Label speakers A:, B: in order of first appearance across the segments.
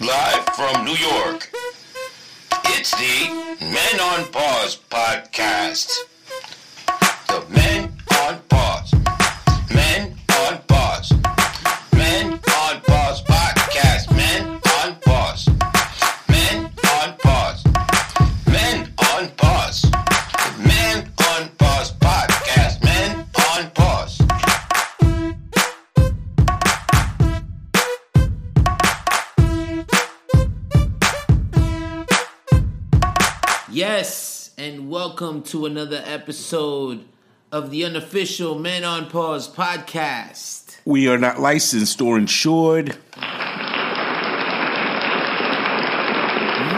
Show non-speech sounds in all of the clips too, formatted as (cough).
A: live from New York. It's the Men on Pause podcast. The Men on Pause. Men on Pause. Men on Pause podcast. Men on Pause. Men on Pause. Men on Pause. Men on Pause podcast. Men on Pause.
B: Yes, and welcome to another episode of the unofficial Men on Pause podcast.
C: We are not licensed or insured.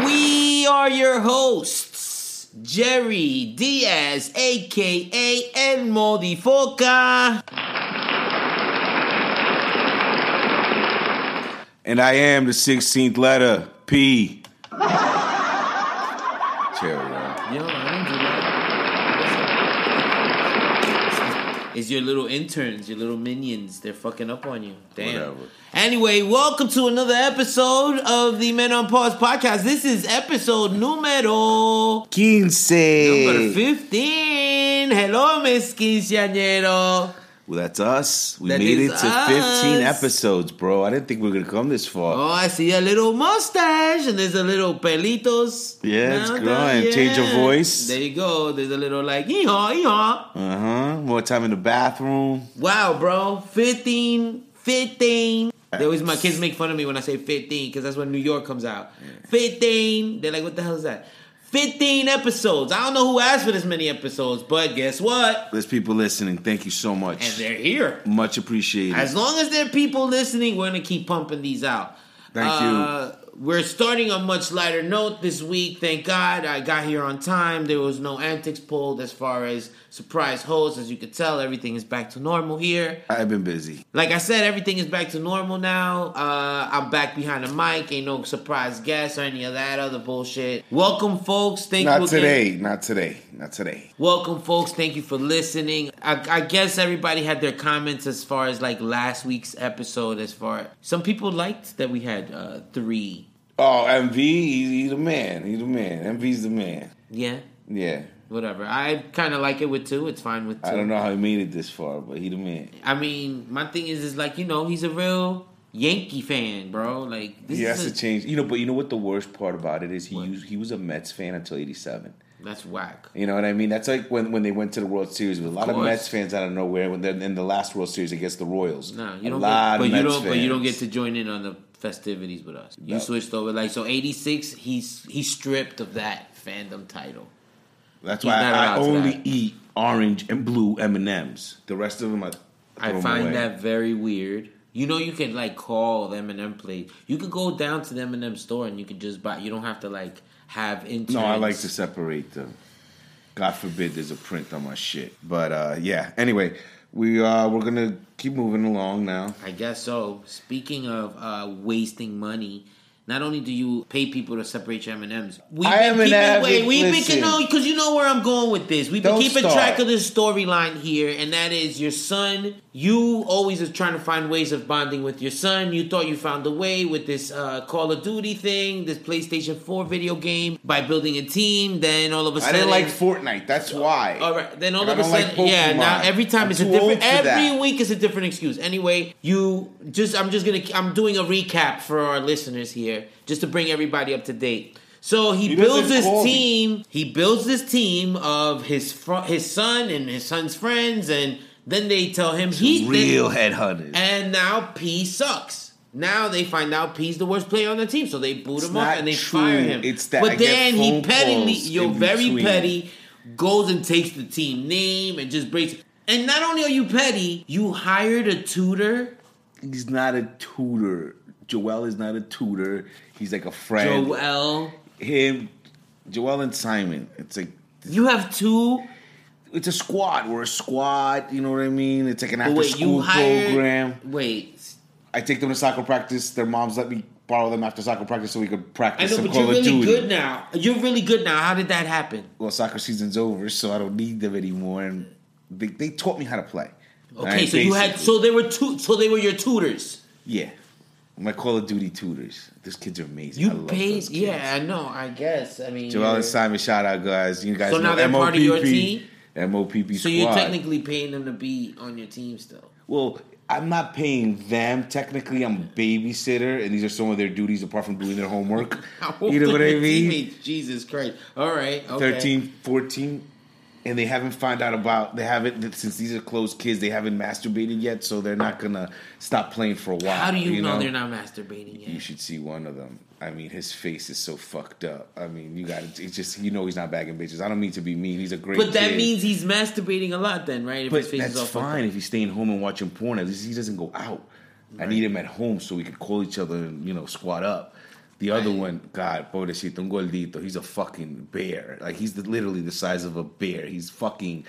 B: We are your hosts, Jerry Diaz, aka El Modifoca.
C: And I am the 16th letter, P. Terry, uh,
B: Yo, I don't do that. It's your little interns, your little minions. They're fucking up on you. Damn.
C: Whatever.
B: Anyway, welcome to another episode of the Men on Pause podcast. This is episode numero Number
C: 15.
B: 15. Hello, Miss Quinceañero.
C: Well, that's us. We
B: That
C: made
B: is
C: it to 15
B: us.
C: episodes, bro. I didn't think we were going to come this far.
B: Oh, I see a little mustache and there's a little pelitos.
C: Yeah, it's
B: Now
C: growing.
B: that-
C: Change your voice.
B: There you go. There's a little like, yeehaw, yeehaw.
C: Uh huh. More time in the bathroom.
B: Wow, bro. 15, 15. They always, my kids make fun of me when I say 15 because that's when New York comes out. 15. They're like, what the hell is that? 15 episodes. I don't know who asked for this many episodes, but guess what?
C: There's people listening. Thank you so
B: And
C: much.
B: they're here.
C: Much appreciated.
B: As long as there are people listening, we're gonna keep pumping these out.
C: Thank
B: you. We're starting on a much lighter note this week. Thank God I got here on time. There was no antics pulled as far as surprise hosts. As you could tell, everything is back to normal here.
C: I've been busy.
B: Like I said, everything is back to normal now. Uh, I'm back behind the mic. Ain't no surprise guests or any of that other bullshit. Welcome, folks. Thank you
C: Not
B: again.
C: today. Not today. Not today.
B: Welcome, folks. Thank you for listening. I, I guess everybody had their comments as far as like last week's episode. As far some people liked that we had uh, three.
C: Oh, MV, he- he's the man. He's the man. MV's the man.
B: Yeah,
C: Yeah.
B: whatever. I kind of like it with two. It's fine with two.
C: I don't know how he made it this far, but he the man.
B: I mean, my thing is, is like you know, he's a real Yankee fan, bro. Like this
C: He has
B: is
C: to
B: a,
C: change. You know, but you know what the worst part about it is? He
B: What?
C: used, he was a Mets fan until '87.
B: that's whack.
C: You know what I mean? That's like when, when they went to the World Series. With a lot of,
B: course.
C: Mets fans out of nowhere when they're in the last World Series against the Royals.
B: No,
C: a
B: you don't. Get,
C: lot
B: but
C: of
B: you
C: Mets
B: don't. But you don't
C: fans.
B: get to join in on the festivities with us. You
C: No.
B: switched over. Like so, '86. He's he's stripped of that fandom title.
C: That's
B: he's
C: why
B: not allowed
C: I
B: to
C: only
B: that.
C: eat orange and blue M and M's. The rest of them, I, throw
B: I
C: 'em
B: find
C: away.
B: that very weird. You know, you can like call the M&M place. You could go down to the M&M store and you could just buy. You don't have to like have interns.
C: No, I like to separate them. God forbid there's a print on my shit. But uh, yeah. Anyway, we uh, we're gonna keep moving along now.
B: I guess so. Speaking of uh, wasting money, not only do you pay people to separate your M and M's, we've
C: I am an avid-
B: wait, we've
C: listen.
B: been no, because you know where I'm going with this. We've been
C: Don't
B: keeping
C: start.
B: track of this storyline here, and that is your son. You always is trying to find ways of bonding with your son. You thought you found a way with this uh, Call of Duty thing, this PlayStation Four video game, by building a team. Then all of a
C: I
B: sudden,
C: didn't like Fortnite. That's
B: Oh,
C: why.
B: all right. Then all
C: And I
B: of a
C: don't like
B: sudden, yeah.
C: Pokemon.
B: Now every time
C: I'm
B: it's a
C: too
B: different.
C: old for
B: Every
C: that.
B: week is a different excuse. Anyway, you just. I'm just gonna. I'm doing a recap for our listeners here, just to bring everybody up to date. So he,
C: He
B: builds
C: doesn't
B: this
C: call me.
B: team. He builds this team of his fr- his son and his son's friends, and then they tell him he
C: Real
B: they-
C: headhunters.
B: and now P sucks. Now they find out P's the worst player on the team, so they boot him
C: not
B: off and they
C: true.
B: fire him.
C: It's that
B: but
C: I get
B: then he
C: phone
B: pettily,
C: calls
B: you're
C: in
B: very
C: between.
B: petty, goes and takes the team name and just breaks. And not only are you petty, you hired a tutor.
C: He's not a tutor. Joel is not a tutor. He's like a friend.
B: Joel,
C: Him, Joel and Simon. It's like
B: you have two.
C: it's a squad. We're a squad. You know what I mean? It's like an
B: But
C: after
B: wait, you
C: school
B: hired.
C: program.
B: Wait,
C: I take them to soccer practice. Their moms let me borrow them after soccer practice so we could
B: I
C: practice
B: know,
C: some
B: but
C: Call
B: you're really
C: of Duty.
B: good now. You're really good now. How did that happen?
C: Well, soccer season's over, so I don't need them anymore. And they, they taught me how to play.
B: Okay,
C: Alright,
B: so you had
C: basically.
B: so they were two. So they were your tutors.
C: yeah. My Call of Duty tutors. These kids are amazing. I
B: You
C: love
B: paid,
C: those kids.
B: yeah, I know. I guess. I mean,
C: Joel
B: you're-
C: and Simon, shout out guys. You guys
B: So
C: know
B: now they're
C: MOPP,
B: part of your team?
C: MOPP squad.
B: so you're technically paying them to be on your team (laughs) still.
C: Well, I'm not paying them. Technically, I'm a babysitter, and these are some of their duties apart from doing
B: (laughs)
C: their homework. you know what I
B: Your
C: mean?
B: teammates, Jesus Christ. All right. Okay.
C: 13, 14, and they haven't found out about, they haven't, since these are close kids, they haven't masturbated yet, so they're not going to stop playing for a while.
B: How do you, know, they're not masturbating
C: You
B: yet?
C: should see one of them. I mean, his face is so fucked up. I mean, you got to, it's just, you know, he's not bagging bitches. I don't mean to be mean. He's a great
B: But that
C: kid.
B: means he's masturbating a lot, then, right? If
C: But
B: his face is
C: that's
B: all fucked
C: fine
B: up.
C: if he's staying home and watching porn. At least he doesn't go out. I need him at home so we can call each other and you know squat up. The other one, God, pobrecito, un gordito. He's a fucking bear. Like he's the, literally the size of a bear. He's fucking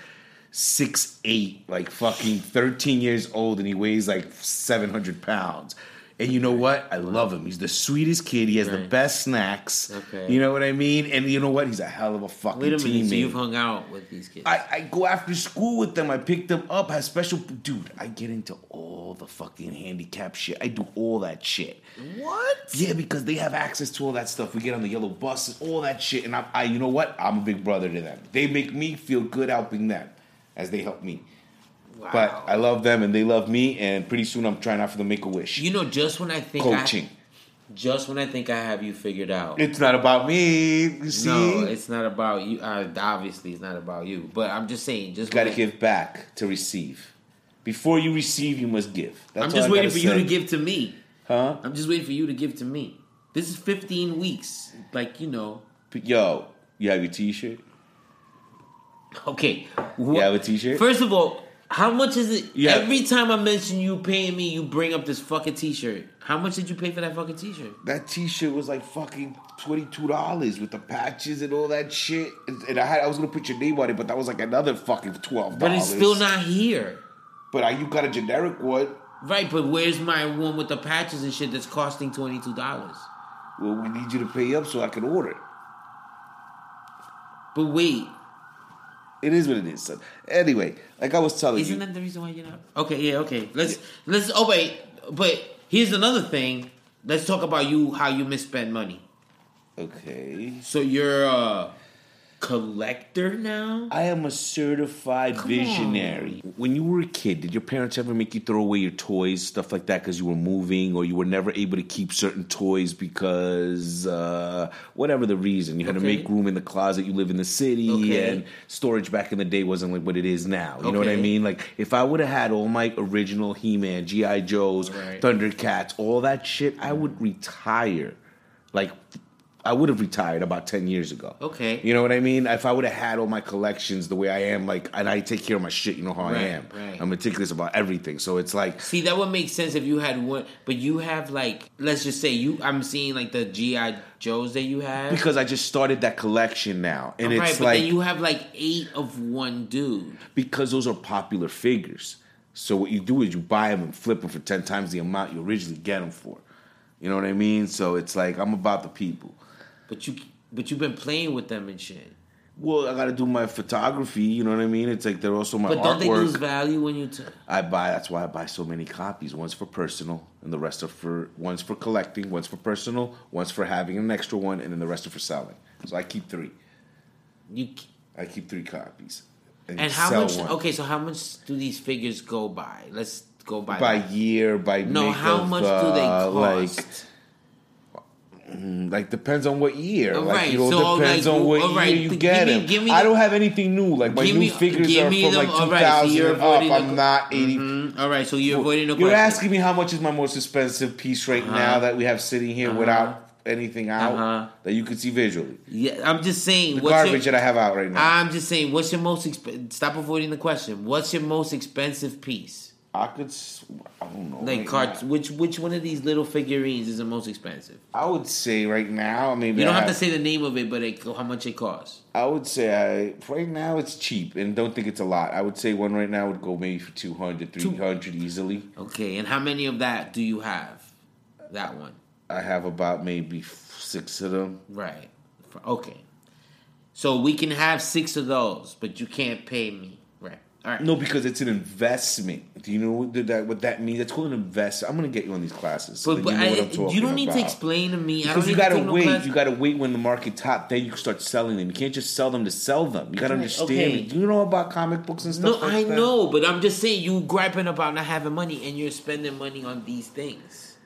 C: six eight, like fucking thirteen years old, and he weighs like seven hundred pounds. And you know what? I love him. He's the sweetest kid. He has the
B: Right.
C: best snacks.
B: Okay.
C: You know what I mean? And you know what? He's a hell of a fucking
B: Wait a minute.
C: teammate.
B: So you've hung out with these kids.
C: I, I go after school with them. I pick them up. Have special dude. I get into all the fucking handicap shit. I do all that shit.
B: what?
C: Yeah, because they have access to all that stuff. We get on the yellow buses, all that shit. And I, I you know what? I'm a big brother to them. They make me feel good helping them, as they help me.
B: Wow.
C: But I love them, and they love me. And pretty soon, I'm trying out for the Make a Wish
B: you know, just when I think
C: coaching.
B: I, just when I think I have you figured out.
C: It's not about me. You see,
B: No, it's not about you. Uh, obviously, it's not about you. But I'm just saying, just
C: you got to
B: when I-
C: give back to receive. Before you receive, you must give. That's
B: I'm
C: all
B: just
C: I
B: waiting for
C: gotta
B: you
C: say.
B: to give to me.
C: huh?
B: I'm just waiting for you to give to me. This is 15 weeks. Like, you know.
C: But yo, you have your T-shirt.
B: Okay.
C: You
B: What,
C: have a T-shirt.
B: First of all, how much is it?
C: Yeah.
B: Every time I mention you paying me, you bring up this fucking t shirt. How much did you pay for that fucking t shirt?
C: that T-shirt was like fucking twenty-two dollars with the patches and all that shit. And- And I had I was gonna put your name on it, but that was like another fucking twelve dollars.
B: But it's still not here.
C: But I, you got a generic one.
B: Right, but where's my one with the patches and shit that's costing $22?
C: Well, we need you to pay up so I can order it.
B: But wait,
C: It is what it is. Son. Anyway, like I was telling
B: isn't
C: you,
B: that the reason why you're not? Okay, yeah, okay. Let's, let's, oh wait, but here's another thing. Let's talk about you, how you misspend money.
C: okay.
B: So you're a collector now?
C: I am a certified
B: Come
C: visionary. When you were a kid, did your parents ever make you throw away your toys, stuff like that, because you were moving or you were never able to keep certain toys because uh, whatever the reason, you had to
B: Okay.
C: make room in the closet. You live in the city,
B: Okay.
C: and storage back in the day wasn't like what it is now. You know what I
B: Okay.
C: mean? Like if I would have had all my original He-Man, GI Joes,
B: Right.
C: Thundercats, all that shit, I would retire. Like I would have retired about ten years ago.
B: Okay.
C: You know what I mean? If I would have had all my collections the way I am, like, and I take care of my shit, you know how I
B: Right,
C: am.
B: right.
C: I'm meticulous about everything. So it's like,
B: See, that would make sense if you had one, but you have like, let's just say you. I'm seeing like the GI Joes that you have,
C: because I just started that collection now. And
B: right?
C: it's
B: but
C: like,
B: then you have like eight of one dude.
C: because those are popular figures. So what you do is you buy them and flip them for 10 times the amount you originally get them for. You know what I mean? So it's like, I'm about the people.
B: But you, but you've been playing with them and shit.
C: Well, I got to do my photography. You know what I mean? It's like, they're also my
B: But don't they
C: artwork.
B: lose value when you? T-
C: I buy. That's why I buy so many copies. One's for personal, and the rest are for one's for collecting. One's for personal. One's for having an extra one, and then the rest are for selling. So I keep three.
B: you
C: I keep three copies.
B: and how
C: sell
B: much?
C: one.
B: Okay, so how much do these figures go by? Let's go by.
C: By
B: that.
C: year, by
B: no,
C: make
B: how
C: of,
B: much do they
C: uh,
B: cost?
C: Like, like depends on what year.
B: All
C: Like
B: right,
C: you know,
B: so,
C: depends
B: like,
C: on what
B: all right,
C: year you
B: th- give
C: get
B: me-
C: them.
B: give me
C: I
B: the-
C: don't have anything new. Like my
B: give
C: new
B: me-
C: figures
B: give
C: are
B: me
C: from
B: them-
C: like
B: all
C: two
B: right, so
C: thousand
B: you're
C: and up.
B: avoiding the-
C: I'm not 80
B: Mhm, All right, so you're avoiding the
C: You're
B: question.
C: asking me how much is my most expensive piece right now that we have sitting here without anything out
B: Uh-huh.
C: that you could see visually.
B: Yeah, I'm just saying.
C: The
B: what's your-
C: garbage that I have out right now.
B: I'm just saying, what's your most exp- stop avoiding the question. What's your most expensive piece?
C: I could, s- I don't know.
B: Ah. Like
C: right
B: cards,
C: now.
B: which which one of these little figurines is the most expensive?
C: I would say right now, I mean,
B: You don't have to say the name of it, but it, how much it costs.
C: I would say I, right now it's cheap and don't think it's a lot. I would say one right now would go maybe for 200, 300 easily.
B: Okay, and how many of that do you have? That one,
C: I have about maybe f- six of them.
B: right? F- Okay, so we can have six of those, but you can't pay me, right? All right.
C: No, because it's an investment. Do you know what that, what that means? That's called an invest. I'm gonna get you on these classes. so
B: But, but
C: that you know
B: I,
C: what I'm talking
B: you don't need to
C: about.
B: explain to me. I don't
C: Because
B: need
C: you
B: to
C: gotta
B: take no
C: wait.
B: class.
C: you gotta wait when the market top. Then you can start selling them. You can't just sell them to sell them. You gotta
B: Right,
C: understand.
B: okay.
C: Do you know about comic books and
B: No,
C: stuff? like
B: I
C: that?
B: know, but I'm just saying you griping about not having money and you're spending money on these things.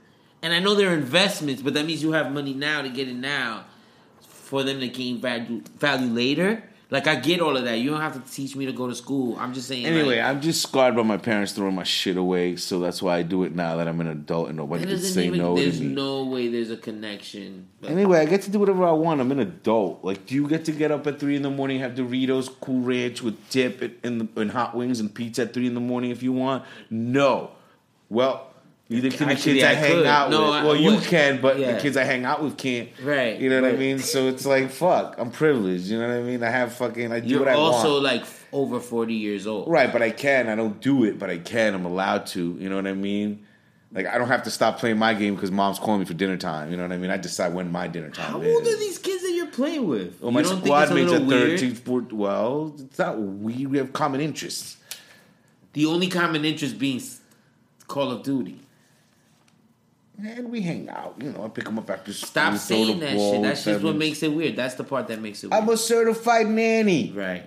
B: And I know they're investments, but that means you have money now to get it now for them to gain value value later. Like I get all of that. You don't have to teach me to go to school. I'm just saying.
C: Anyway,
B: like,
C: I'm just scarred by my parents throwing my shit away, so that's why I do it now that I'm an adult and nobody
B: it
C: can
B: doesn't
C: say
B: even.
C: no to
B: there's
C: me.
B: no way there's a connection. But
C: Anyway, I get to do whatever I want. I'm an adult. Like, do you get to get up at three in the morning, have Doritos, Cool Ranch with dip, and, and, and hot wings and pizza at three in the morning if you want? No. Well, neither can the
B: Actually,
C: kids I,
B: I
C: hang
B: could.
C: out
B: No,
C: with.
B: I-
C: well, you
B: what-
C: can, but
B: yeah.
C: the kids I hang out with can't.
B: Right,
C: You know what I
B: right.
C: mean? So it's like, fuck. I'm privileged. You know what I mean? I have fucking. I do
B: you're
C: what I
B: also
C: want.
B: like f- over 40 years old.
C: Right, but I can. I don't do it, but I can. I'm allowed to. You know what I mean? Like I don't have to stop playing my game because mom's calling me for dinner time. You know what I mean? I decide when my dinner time
B: How
C: is.
B: old are these kids that you're playing with?
C: Oh, Well, my
B: you don't
C: squad
B: think it's
C: mates
B: a
C: are
B: little weird?
C: 13, 14. Well, it's not we. We have common interests.
B: The only common interest being s- Call of Duty.
C: And we hang out. You know, I pick them up after school.
B: Stop
C: throw
B: saying
C: the
B: that
C: ball
B: shit. That's
C: with
B: just what
C: them.
B: makes it weird. That's the part that makes it weird.
C: I'm a certified nanny.
B: right.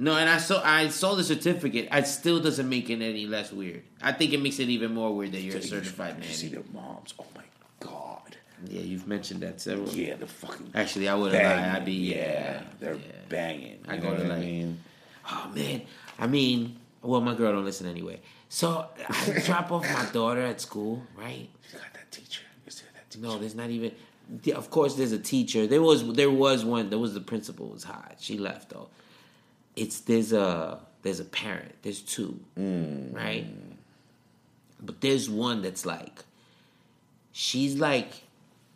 B: No, and I saw I saw the certificate. It still doesn't make it any less weird. I think it makes it even more weird that you're a certified
C: You
B: man.
C: see their moms. Oh my god.
B: Yeah, you've mentioned that several.
C: Yeah, the fucking.
B: Actually, I wouldn't lie.
C: banging.
B: I'd be
C: yeah, they're
B: yeah.
C: banging.
B: I
C: You
B: go
C: know
B: to
C: what I
B: like-
C: mean?
B: Oh man, I mean, well, my girl don't listen anyway. So I drop off my daughter at school, right?
C: You got that teacher. Is there that teacher?
B: No, there's not even. the- Of course, there's a teacher. There was there was one. There was the principal was hot. She left though. It's there's a there's a parent. There's two,
C: Mm.
B: right? But there's one that's like, she's like,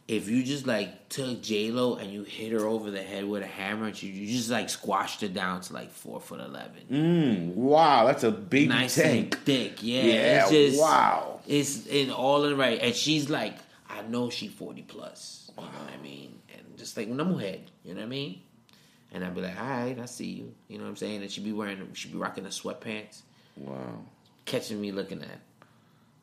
B: if you just like took J Lo and you hit her over the head with a hammer, and she, you just like squashed her down to like four foot eleven
C: Mm, Wow, that's a big
B: nice
C: tank.
B: and thick. Yeah,
C: Yeah,
B: It's just,
C: wow.
B: It's in all in right, and she's like, I know she forty plus. You know what I mean? And just like when I'm head, you know what I mean? And I'd be like, all right, I see you. You know what I'm saying? And she'd be wearing, she'd be rocking the sweatpants,
C: Wow,
B: catching me looking at.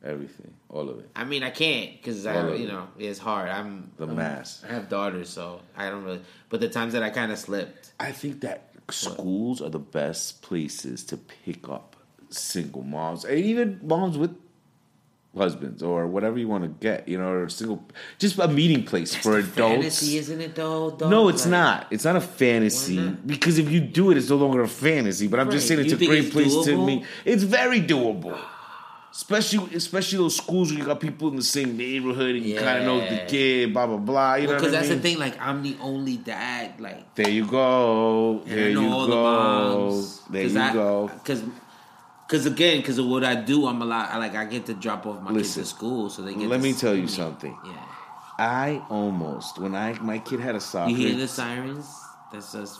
C: everything, all of it.
B: I mean, I can't because I,
C: Well,
B: you know, it's hard. I'm
C: The
B: I'm-
C: mass.
B: I have daughters, so I don't really. But the times that I kind of slipped,
C: I think that schools are the best places to pick up single moms, and even moms with husbands or whatever you want to get, you know, or single, just a meeting place for
B: It's the
C: adults.
B: fantasy, isn't it though? dog?
C: no, it's
B: Like-
C: not. It's not a fantasy
B: Why not?
C: because if you do it, it's no longer a fantasy. But I'm just
B: Right.
C: saying it's
B: You
C: a
B: think
C: great
B: it's
C: place to
B: doable?
C: meet. It's very doable. Especially, especially those schools where you got people in the same neighborhood and you kind of know the
B: Yeah.
C: kid, blah blah blah. You know,
B: Because
C: what I
B: that's
C: mean?
B: the thing. Like I'm the only dad. Like
C: There you go.
B: And
C: there
B: I know
C: you
B: all
C: go.
B: the moms.
C: There
B: 'Cause
C: you
B: I,
C: go.
B: Because, because again, because of what I do, I'm a lot. I, like I get to drop off my
C: Listen,
B: kids to school, so they get.
C: let
B: to
C: me
B: see
C: tell you something.
B: Yeah,
C: I almost when I my kid had a soccer.
B: you hear the sirens? That's us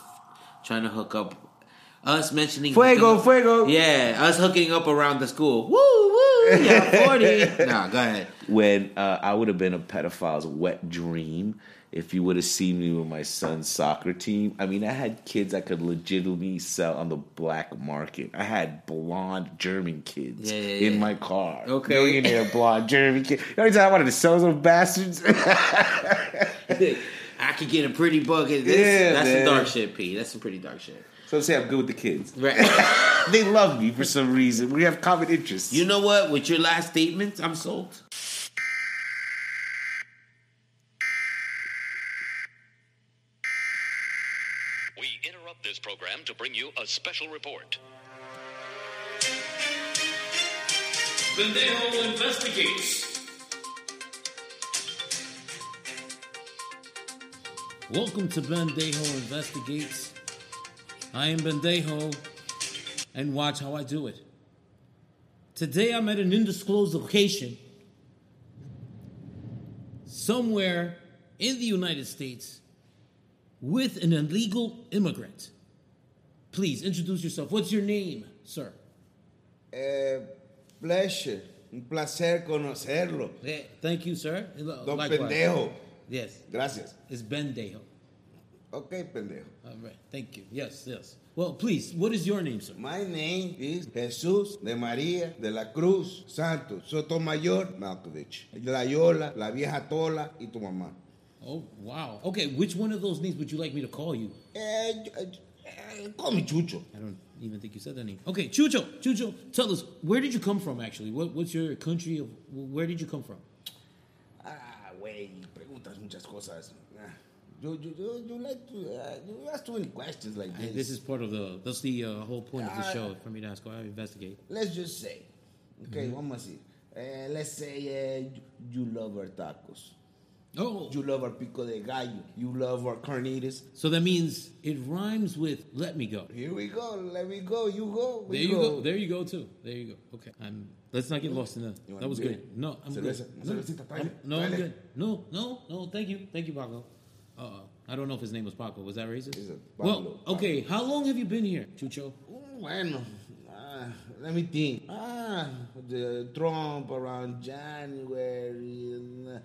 B: trying to hook up. Us mentioning
C: Fuego,
B: hooking up-
C: fuego.
B: Yeah, us hooking up around the school. Woo, woo.
C: (laughs)
B: Yeah, forty. nah, go ahead. (laughs)
C: when uh, I would have been a pedophile's wet dream if you would have seen me with my son's soccer team. I mean, I had kids I could legitimately sell on the black market. I had blonde German kids
B: Yeah, yeah,
C: in
B: yeah.
C: my car.
B: Okay.
C: Millionaire blonde German kid. The only time I wanted to sell those
B: (laughs)
C: bastards.
B: I could get a pretty bucket. This,
C: Yeah,
B: that's
C: man.
B: some dark shit, P. That's some pretty dark shit.
C: so I'm saying I'm good with the kids.
B: Right.
C: They love me for some reason. We have common interests.
B: you know what? With your last statements, I'm sold.
D: We interrupt this program to bring you a special report.
E: Bendejo investigates. Welcome to Bendejo Investigates. I am Bendejo, and watch how I do it. Today I'm at an undisclosed location, somewhere in the United States, with an illegal immigrant. Please introduce yourself. What's your name, sir?
F: Eh, pleasure, un placer conocerlo.
E: Eh, Thank you, sir.
F: Don
E: Likewise.
F: Pendejo.
E: Yes,
F: Gracias.
E: it's Bendejo.
F: Ok, pendejo.
E: All right. Thank you. Yes, yes. Well, please, what is your name, sir?
F: My name is Jesús de María de la Cruz Santos Sotomayor Malkovich. La Yola, la vieja Tola y tu mamá.
E: Oh, wow. Okay, which one of those names would you like me to call you?
F: Eh, yo- eh, eh, call me Chucho.
E: I don't even think you said that name. Okay, Chucho, Chucho, tell us, where did you come from, actually? What, what's your country of, where did you come from?
F: Ah, güey, preguntas muchas cosas. Ah, You, you, you, you like to, ah, you ask too many questions like this.
E: This is part of the, that's the uh, whole point of the
F: Ah.
E: show, for me to ask, go out and investigate.
F: Let's just say, okay, vamos a decir. Eh, let's say eh, you love our tacos.
E: Oh,
F: You love our pico de gallo. You love our carnitas.
E: so that means it rhymes with let me go.
F: Here we go. Let me go. You go.
E: There
F: We
E: you go. There you go too. There you go. Okay. I'm. Let's not get lost in that.
F: You want
E: That was
F: beer?
E: good. No, I'm
F: Cerveza.
E: good.
F: Una cervecita,
E: No,
F: tráele,
E: I'm- no, I'm
F: tráele.
E: good. No, no, no. Thank you, thank you, Paco. Uh, I don't know if his name was Paco. Was that racist?
F: It's a Pablo,
E: well, okay. How long have you been here, Chucho?
F: Mm, Bueno, ah, let me think. Ah, the Trump around January uh,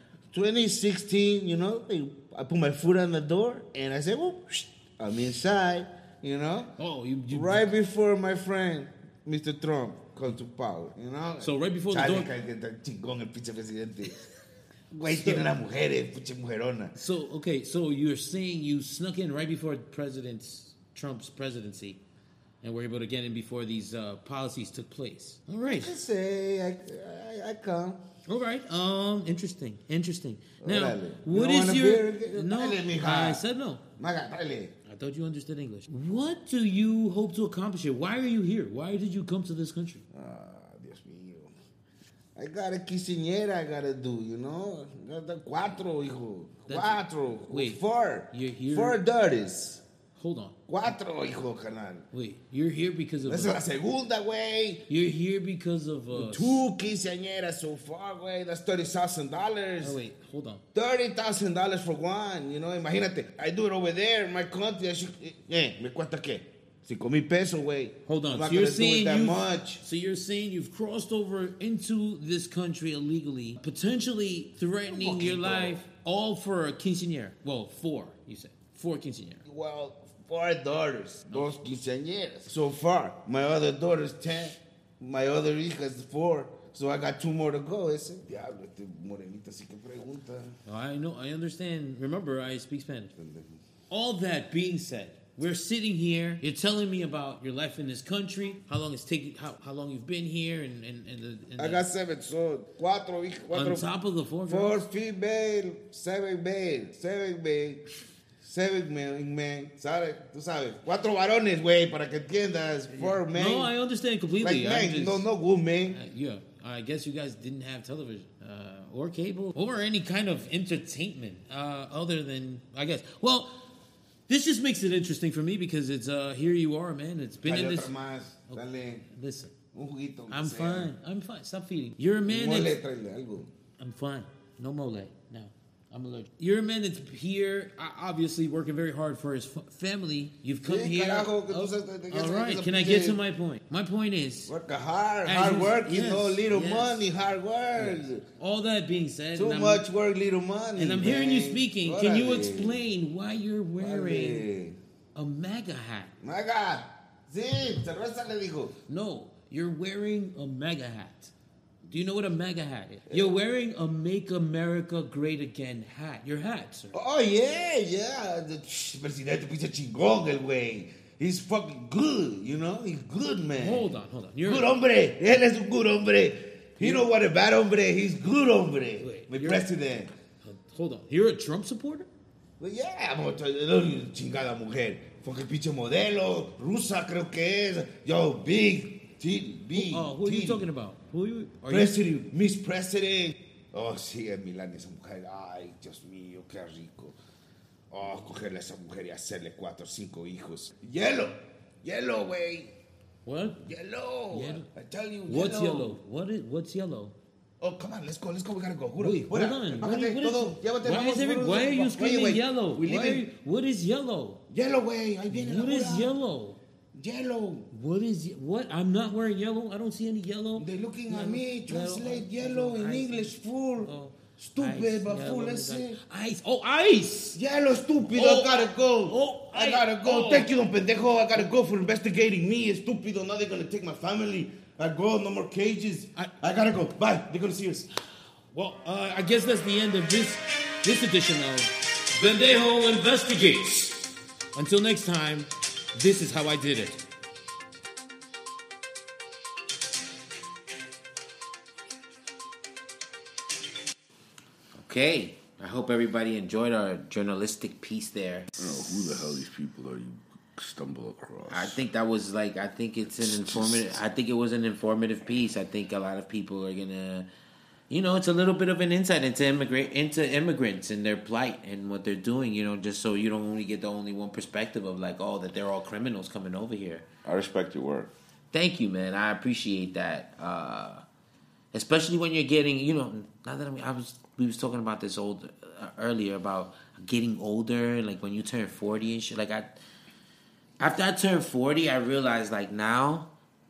F: 2016, you know, they, I put my foot on the door and I said, well, psh, I'm inside, you know.
E: Oh, you, you
F: right before my friend, Mr. Trump, comes to power, you know.
E: So right before the
F: Chale,
E: door-
F: que- que está chingón el pinche presidente. (laughs) Güey, tiene las mujeres, pinche mujerona.
E: So okay, so you're saying you snuck in right before President Trump's presidency, and were able to get in before these uh, policies took place. All right.
F: I say, I, I, I come.
E: All right. Um. Interesting. Interesting. Now,
F: Órale.
E: what
F: No
E: is
F: wanna
E: your
F: be-
E: no?
F: Dale, mija.
E: I said no.
F: Maga, dale.
E: I thought you understood English. What do you hope to accomplish here? Why are you here? Why did you come to this country?
F: Ah, Dios mío. I got a quinceañera I gotta do, you know? Got the Cuatro, hijo.
E: That's-
F: Cuatro.
E: wait,
F: Four.
E: you're here-
F: Four dirties.
E: Hold on.
F: Cuatro, hijo, canal.
E: Wait. You're here because of
F: Esa es la
E: a,
F: segunda, güey.
E: you're here because of uh, a,
F: Two quinceañeras so far, güey. That's $30,000.
E: Oh, wait. Hold on.
F: $30,000 for one, you know? Imagínate. I do it over there in my country. I should, eh, ¿me cuesta qué? Cinco mil pesos, güey.
E: Hold
F: I'm
E: on.
F: not
E: So you're
F: gonna do it
E: saying
F: that
E: you
F: much.
E: So you're saying you've crossed over into this country illegally, potentially threatening your
F: poquito.
E: life, all for a quinceañera. Well, four. You said four quinceañera.
F: Well, four daughters, dos quinceañeras. So far, my other daughter's ten, my other hija's four. So I got two more to go. Ese diablo, este morenita sí que pregunta.
E: I know. I understand. Remember, I speak Spanish. All that being said, we're sitting here. You're telling me about your life in this country, how long it's taken, how, how long you've been here, and and, and, the, and
F: I
E: the-
F: got seven, so cuatro hijas,
E: on
F: cuatro.
E: top of the four.
F: Four
E: girls?
F: female, seven male, seven male, seven male, man. ¿Sabes? Tú sabes. Cuatro varones, güey, para que entiendas. Four men.
E: No, I understand
F: like
E: completely. I'm
F: men,
E: just-
F: no, no women.
E: Uh, yeah, I guess you guys didn't have television uh, or cable or any kind of entertainment uh, other than I guess. Well, this just makes it interesting for me because it's uh, here you are, man. It's been
F: Dale
E: in
F: otra
E: this.
F: más.
E: Oh.
F: Dale
E: Listen,
F: un juguito. aunque
E: I'm
F: sea.
E: fine. I'm fine. Stop feeding. You're a man.
F: Mole,
E: That's,
F: tráele algo.
E: I'm fine. No mole. No. I'm allergic. You're a man that's here, o- obviously working very hard for his f- family. You've come
F: Sí,
E: here.
F: carajo, que tú
E: Oh,
F: sabes que te- que
E: all
F: sabes que
E: right.
F: esa
E: Can I get to
F: pinche-
E: my point? My point is,
F: Work hard,
E: As
F: hard
E: you-
F: work, you know,
E: yes,
F: little
E: yes.
F: money, hard work.
E: all that being said,
F: Too
E: and I'm-
F: much work, little money.
E: And I'm hearing you
F: man.
E: speaking. Can you
F: Órale.
E: explain why you're wearing
F: Órale.
E: a MAGA hat?
F: Maga, sí, cerveza le digo.
E: No, you're wearing a MAGA hat. Do you know what a MAGA hat is? You're wearing a Make America Great Again hat. Your hat, sir.
F: Oh, yeah, yeah. The psh, presidente pinche chingón, el güey. He's fucking good, you know? He's good, man.
E: Hold on, hold on. You're
F: Good hombre. Él es un good hombre. He know what a bad hombre. He's good hombre.
E: Wait,
F: My
E: you're-
F: president.
E: hold on. You're a Trump supporter?
F: Well, yeah, I'm gonna tell you, look, you chingada mujer. Fucking pinche modelo, rusa creo que es. Yo, big, teen, big.
E: Oh, who are you
F: teen.
E: talking about? Who are you? Are you
F: President, Miss President. Oh, sí, en Milán esa mujer. Ay, Dios mío, qué rico. Oh, cogerle a esa mujer y hacerle cuatro o cinco hijos. Yellow, yellow, güey.
E: what?
F: Yellow.
E: Yellow.
F: I tell you,
E: What's
F: yellow.
E: yellow? What is what's yellow?
F: Oh, come on, let's go, let's go, we gotta go. Juro.
E: Wait, hold
F: Jura,
E: on. What,
F: bájate
E: what
F: todo,
E: is,
F: llévate,
E: why,
F: vamos,
E: is every,
F: juro,
E: why are you
F: oye,
E: screaming
F: güey,
E: yellow?
F: we
E: Why are
F: leaving.
E: you, what is yellow?
F: Yellow, güey, ahí viene
E: What
F: la
E: is
F: jura.
E: yellow?
F: Yellow.
E: What is what? I'm not wearing yellow. I don't see any yellow.
F: They're looking
E: No,
F: at me.
E: no,
F: Translate
E: I-
F: yellow in
E: I-
F: English, fool.
E: Oh,
F: Stupid,
E: Ice,
F: but
E: yeah,
F: fool,
E: what
F: that's
E: was that?
F: it.
E: Ice. Oh, ice.
F: Yeah, lo estúpido,
E: Oh,
F: I gotta go.
E: oh,
F: I
E: I-
F: gotta go.
E: oh.
F: Thank you, don pendejo. I gotta go for investigating me, estúpido. Now they're gonna take my family. I go, no more cages. I,
E: I-
F: I gotta go. Bye. They're gonna see us.
E: Well, uh, I guess that's the end of this this edition of Bendejo Investigates. Until next time, this is how I did it.
B: Okay. I hope everybody enjoyed our journalistic piece there.
C: I don't know who the hell these people are you stumble across.
B: I think that was like I think it's an informative. I think it was an informative piece. I think a lot of people are gonna, you know, it's a little bit of an insight into immigrant into immigrants and their plight and what they're doing. You know, just so you don't only get the only one perspective of like, oh, that they're all criminals coming over here.
C: I respect your work.
B: Thank you, man. I appreciate that. Uh, especially when you're getting, you know, now that I'm, I was, we was talking about this old uh, earlier about getting older, like when you turn forty and shit. Like I, after I turned forty, I realized like now,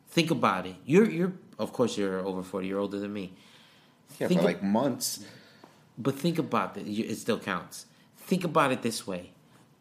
B: think about it. You're, you're, of course, you're over forty. You're older than me.
C: Yeah,
B: Think
C: for
B: of-
C: like months.
B: But think about it. It still counts. Think about it this way.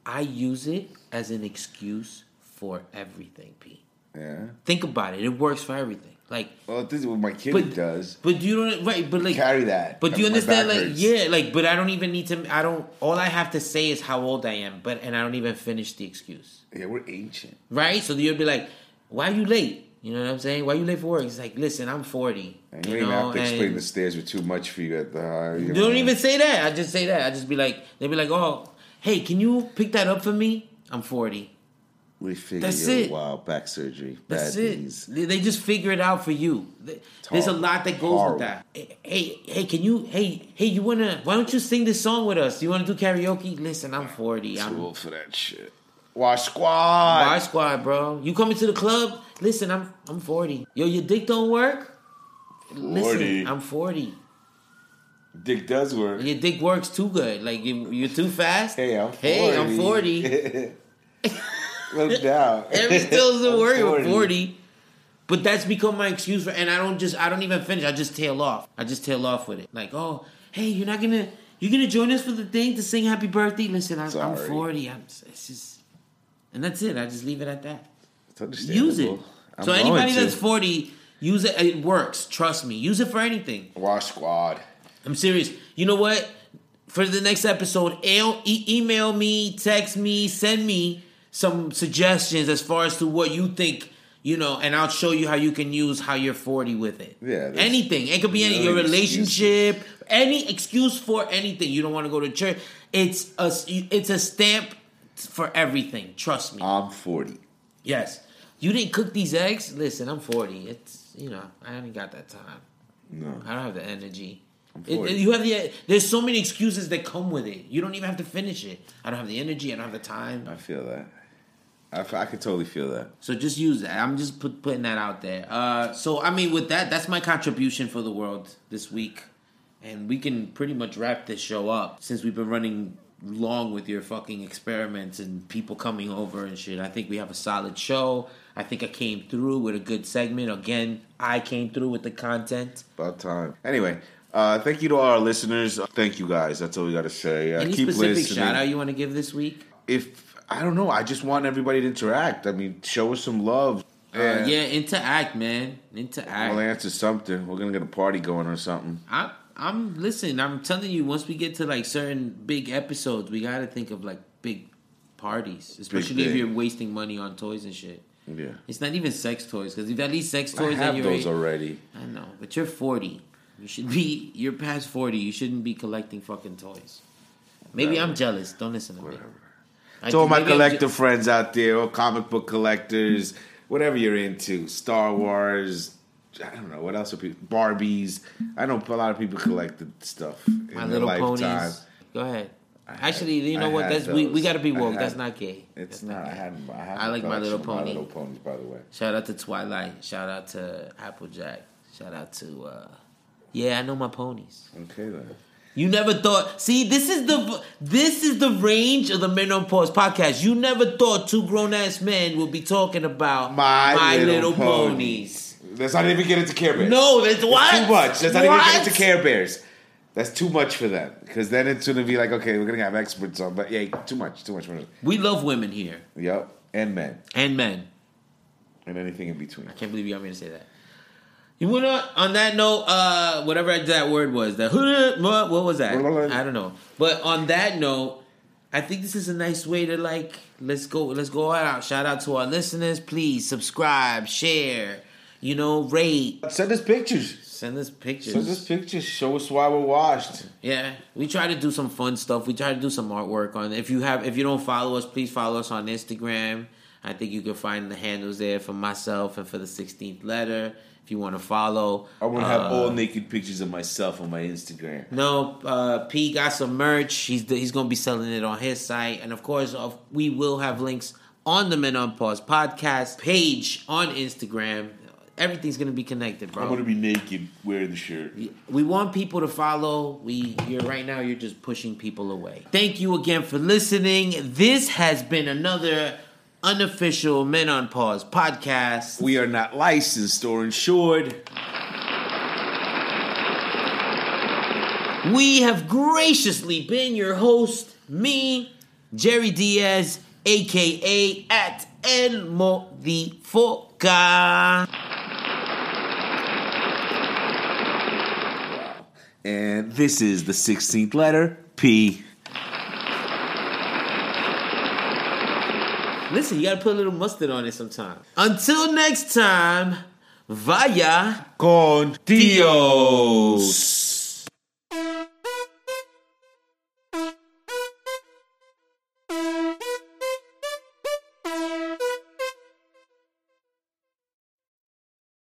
B: I use it as an excuse for everything, P.
C: Yeah.
B: Think about it. It works for everything. Like
C: Well, this is what my kid does.
B: But you don't right, but like
C: Carry that.
B: But do you
C: My
B: understand?
C: back
B: Like
C: hurts.
B: yeah, like but I don't even need to. I don't. All I have to say is how old I am, but and I don't even finish the excuse,
C: Yeah, we're ancient.
B: right? So you'll be like, "Why you late?" You know what I'm saying? Why you late for work? It's like, listen, I'm 40.
C: And you,
B: you
C: don't even
B: know,
C: have to explain
B: and
C: the stairs were too much for you at the. Uh, you
B: you
C: know.
B: don't even say that. I just say that. I just be like, they'll be like, "Oh, hey, can you pick that up for me? I'm 40."
C: We figured
B: That's
C: you
B: it.
C: wow, back surgery,
B: That's
C: bad
B: it.
C: knees.
B: They they just figure it out for you. Th- There's a
C: horrible.
B: lot that goes
C: Horrible.
B: with that. Hey, hey, hey, can you? Hey, hey, you wanna? Why don't you sing this song with us? You wanna do karaoke? Listen, I'm 40.
C: Too
B: I'm
C: old for that shit. Wash squad.
B: bar squad, bro. You coming to the club? Listen, I'm I'm 40. Yo, your dick don't work. Listen, I'm 40.
C: Dick does work.
B: Your dick works too good. Like you, you're too fast.
C: Hey, I'm 40.
B: Hey, I'm 40.
C: (laughs)
B: (laughs)
C: no doubt.
B: Every still doesn't
C: (laughs) I'm
B: worry with 40. But that's become my excuse for, and I don't just, I don't even finish. I just tail off. I just tail off with it. Like, oh, hey, you're not gonna, you're gonna join us for the thing to sing happy birthday. Listen, I, I'm
C: Sorry.
B: 40. I'm, it's just, and that's it. I just leave it at that.
C: It's understandable.
B: Use it.
C: I'm
B: so
C: going
B: anybody
C: to.
B: that's 40, use it. It works. Trust me. Use it for anything.
C: Wash squad.
B: I'm serious. You know what? For the next episode, e- e- email me, text me, send me some suggestions as far as to what you think, you know, and I'll show you how you can use how you're 40 with it.
C: Yeah, that's-
B: Anything. It could be any,
C: No
B: your
C: excuses.
B: relationship, any excuse for anything. You don't want to go to church. It's a, it's a stamp for everything. Trust me.
C: I'm 40.
B: yes. You didn't cook these eggs? Listen, I'm 40. It's, you know, I ain't got that time.
C: No.
B: I don't have the energy. It-
C: 40.
B: it- you have the. There's so many excuses that come with it. You don't even have to finish it. I don't have the energy. I don't have the time.
C: I feel that. I, f- I could totally feel that.
B: So just use that. I'm just put, putting that out there. Uh, so I mean, with that, that's my contribution for the world this week, and we can pretty much wrap this show up since we've been running long with your fucking experiments and people coming over and shit. I think we have a solid show. I think I came through with a good segment. Again, I came through with the content.
C: About time. Anyway, uh, thank you to all our listeners. Thank you guys. That's all we got to say. Uh,
B: Any
C: keep
B: specific
C: listening.
B: shout out you want to give this week?
C: If I don't know, I just want everybody to interact. I mean, show us some love.
B: Uh, yeah, interact, man. Interact.
C: We'll answer something. We're gonna get a party going or something.
B: I, I'm listen. I'm telling you, once we get to like certain big episodes, we gotta think of like big parties, especially if
C: thing.
B: you're wasting money on toys and shit.
C: Yeah,
B: It's not even sex toys because if at least sex toys
C: I
B: at
C: have
B: your
C: those
B: age-
C: already.
B: I know, but you're 40. You should be. You're past 40. You shouldn't be collecting fucking toys. Maybe I'm jealous. Don't listen to me. I
C: to all
B: think
C: my
B: maybe I'm
C: collector
B: je-
C: friends out there, or comic book collectors, whatever you're into, Star Wars. I don't know what else are people. Barbies. I know a lot of people collected stuff in
B: my
C: their
B: little
C: lifetime.
B: ponies. Go ahead.
C: had-
B: Actually, you know
C: I
B: what?
C: had
B: That's we, we
C: those.
B: gotta be
C: I
B: woke.
C: had-
B: That's not gay.
C: It's
B: That's
C: not. I
B: gay.
C: had. I, had
B: I
C: a
B: like My Little
C: collection of
B: Pony.
C: My little ponies, by the way.
B: Shout out to Twilight. Shout out to Applejack. Shout out to uh Yeah, I know my ponies.
C: Okay then.
B: You never thought see this is the this is the range of the Men on Pause podcast. You never thought two grown ass men would be talking about
C: My Little
B: Ponies.
C: Let's not even get into Care Bears.
B: No, that's
C: It's
B: what
C: too much. Let's not even get into Care Bears. That's too much for them because then it's going to be like, okay, we're going to have experts on, but yeah, too much, too much.
B: We love women here
C: Yep, and men
B: and men.
C: and anything in between.
B: Can't believe you got me to say that. You went on, on that note, uh, whatever that word was, that (laughs) what what was that? I don't know. But on that note, I think this is a nice way to like let's go let's go all out. Shout out to our listeners, please subscribe, share, you know, rate,
C: Send us pictures.
B: send us
C: Send us
B: pictures.
C: pictures. Show us why we're washed.
B: Yeah, we try to do some fun stuff. We try to do some artwork on. If you have if you don't follow us, please follow us on Instagram. I think you can find the handles there for myself and for the 16th letter. If you want to follow,
C: I want to have
B: Uh,
C: all naked pictures of myself on my Instagram.
B: No, uh, P got some merch. He's he's gonna be selling it on his site, and of course, of, we will have links on the Men on Pause podcast page on Instagram. Everything's gonna be connected, bro.
C: I'm going to be naked wearing the shirt.
B: we want people to follow. We you're right now. You're just pushing people away. Thank you again for listening. This has been another unofficial Men on Pause podcast.
C: We are not licensed or insured.
B: We have graciously been your host, me, Jerry Diaz, aka at El Modifoca.
C: And this is the 16th letter, P.
B: Listen, you gotta put a little mustard on it sometime. Until next time, vaya
C: Con Dios.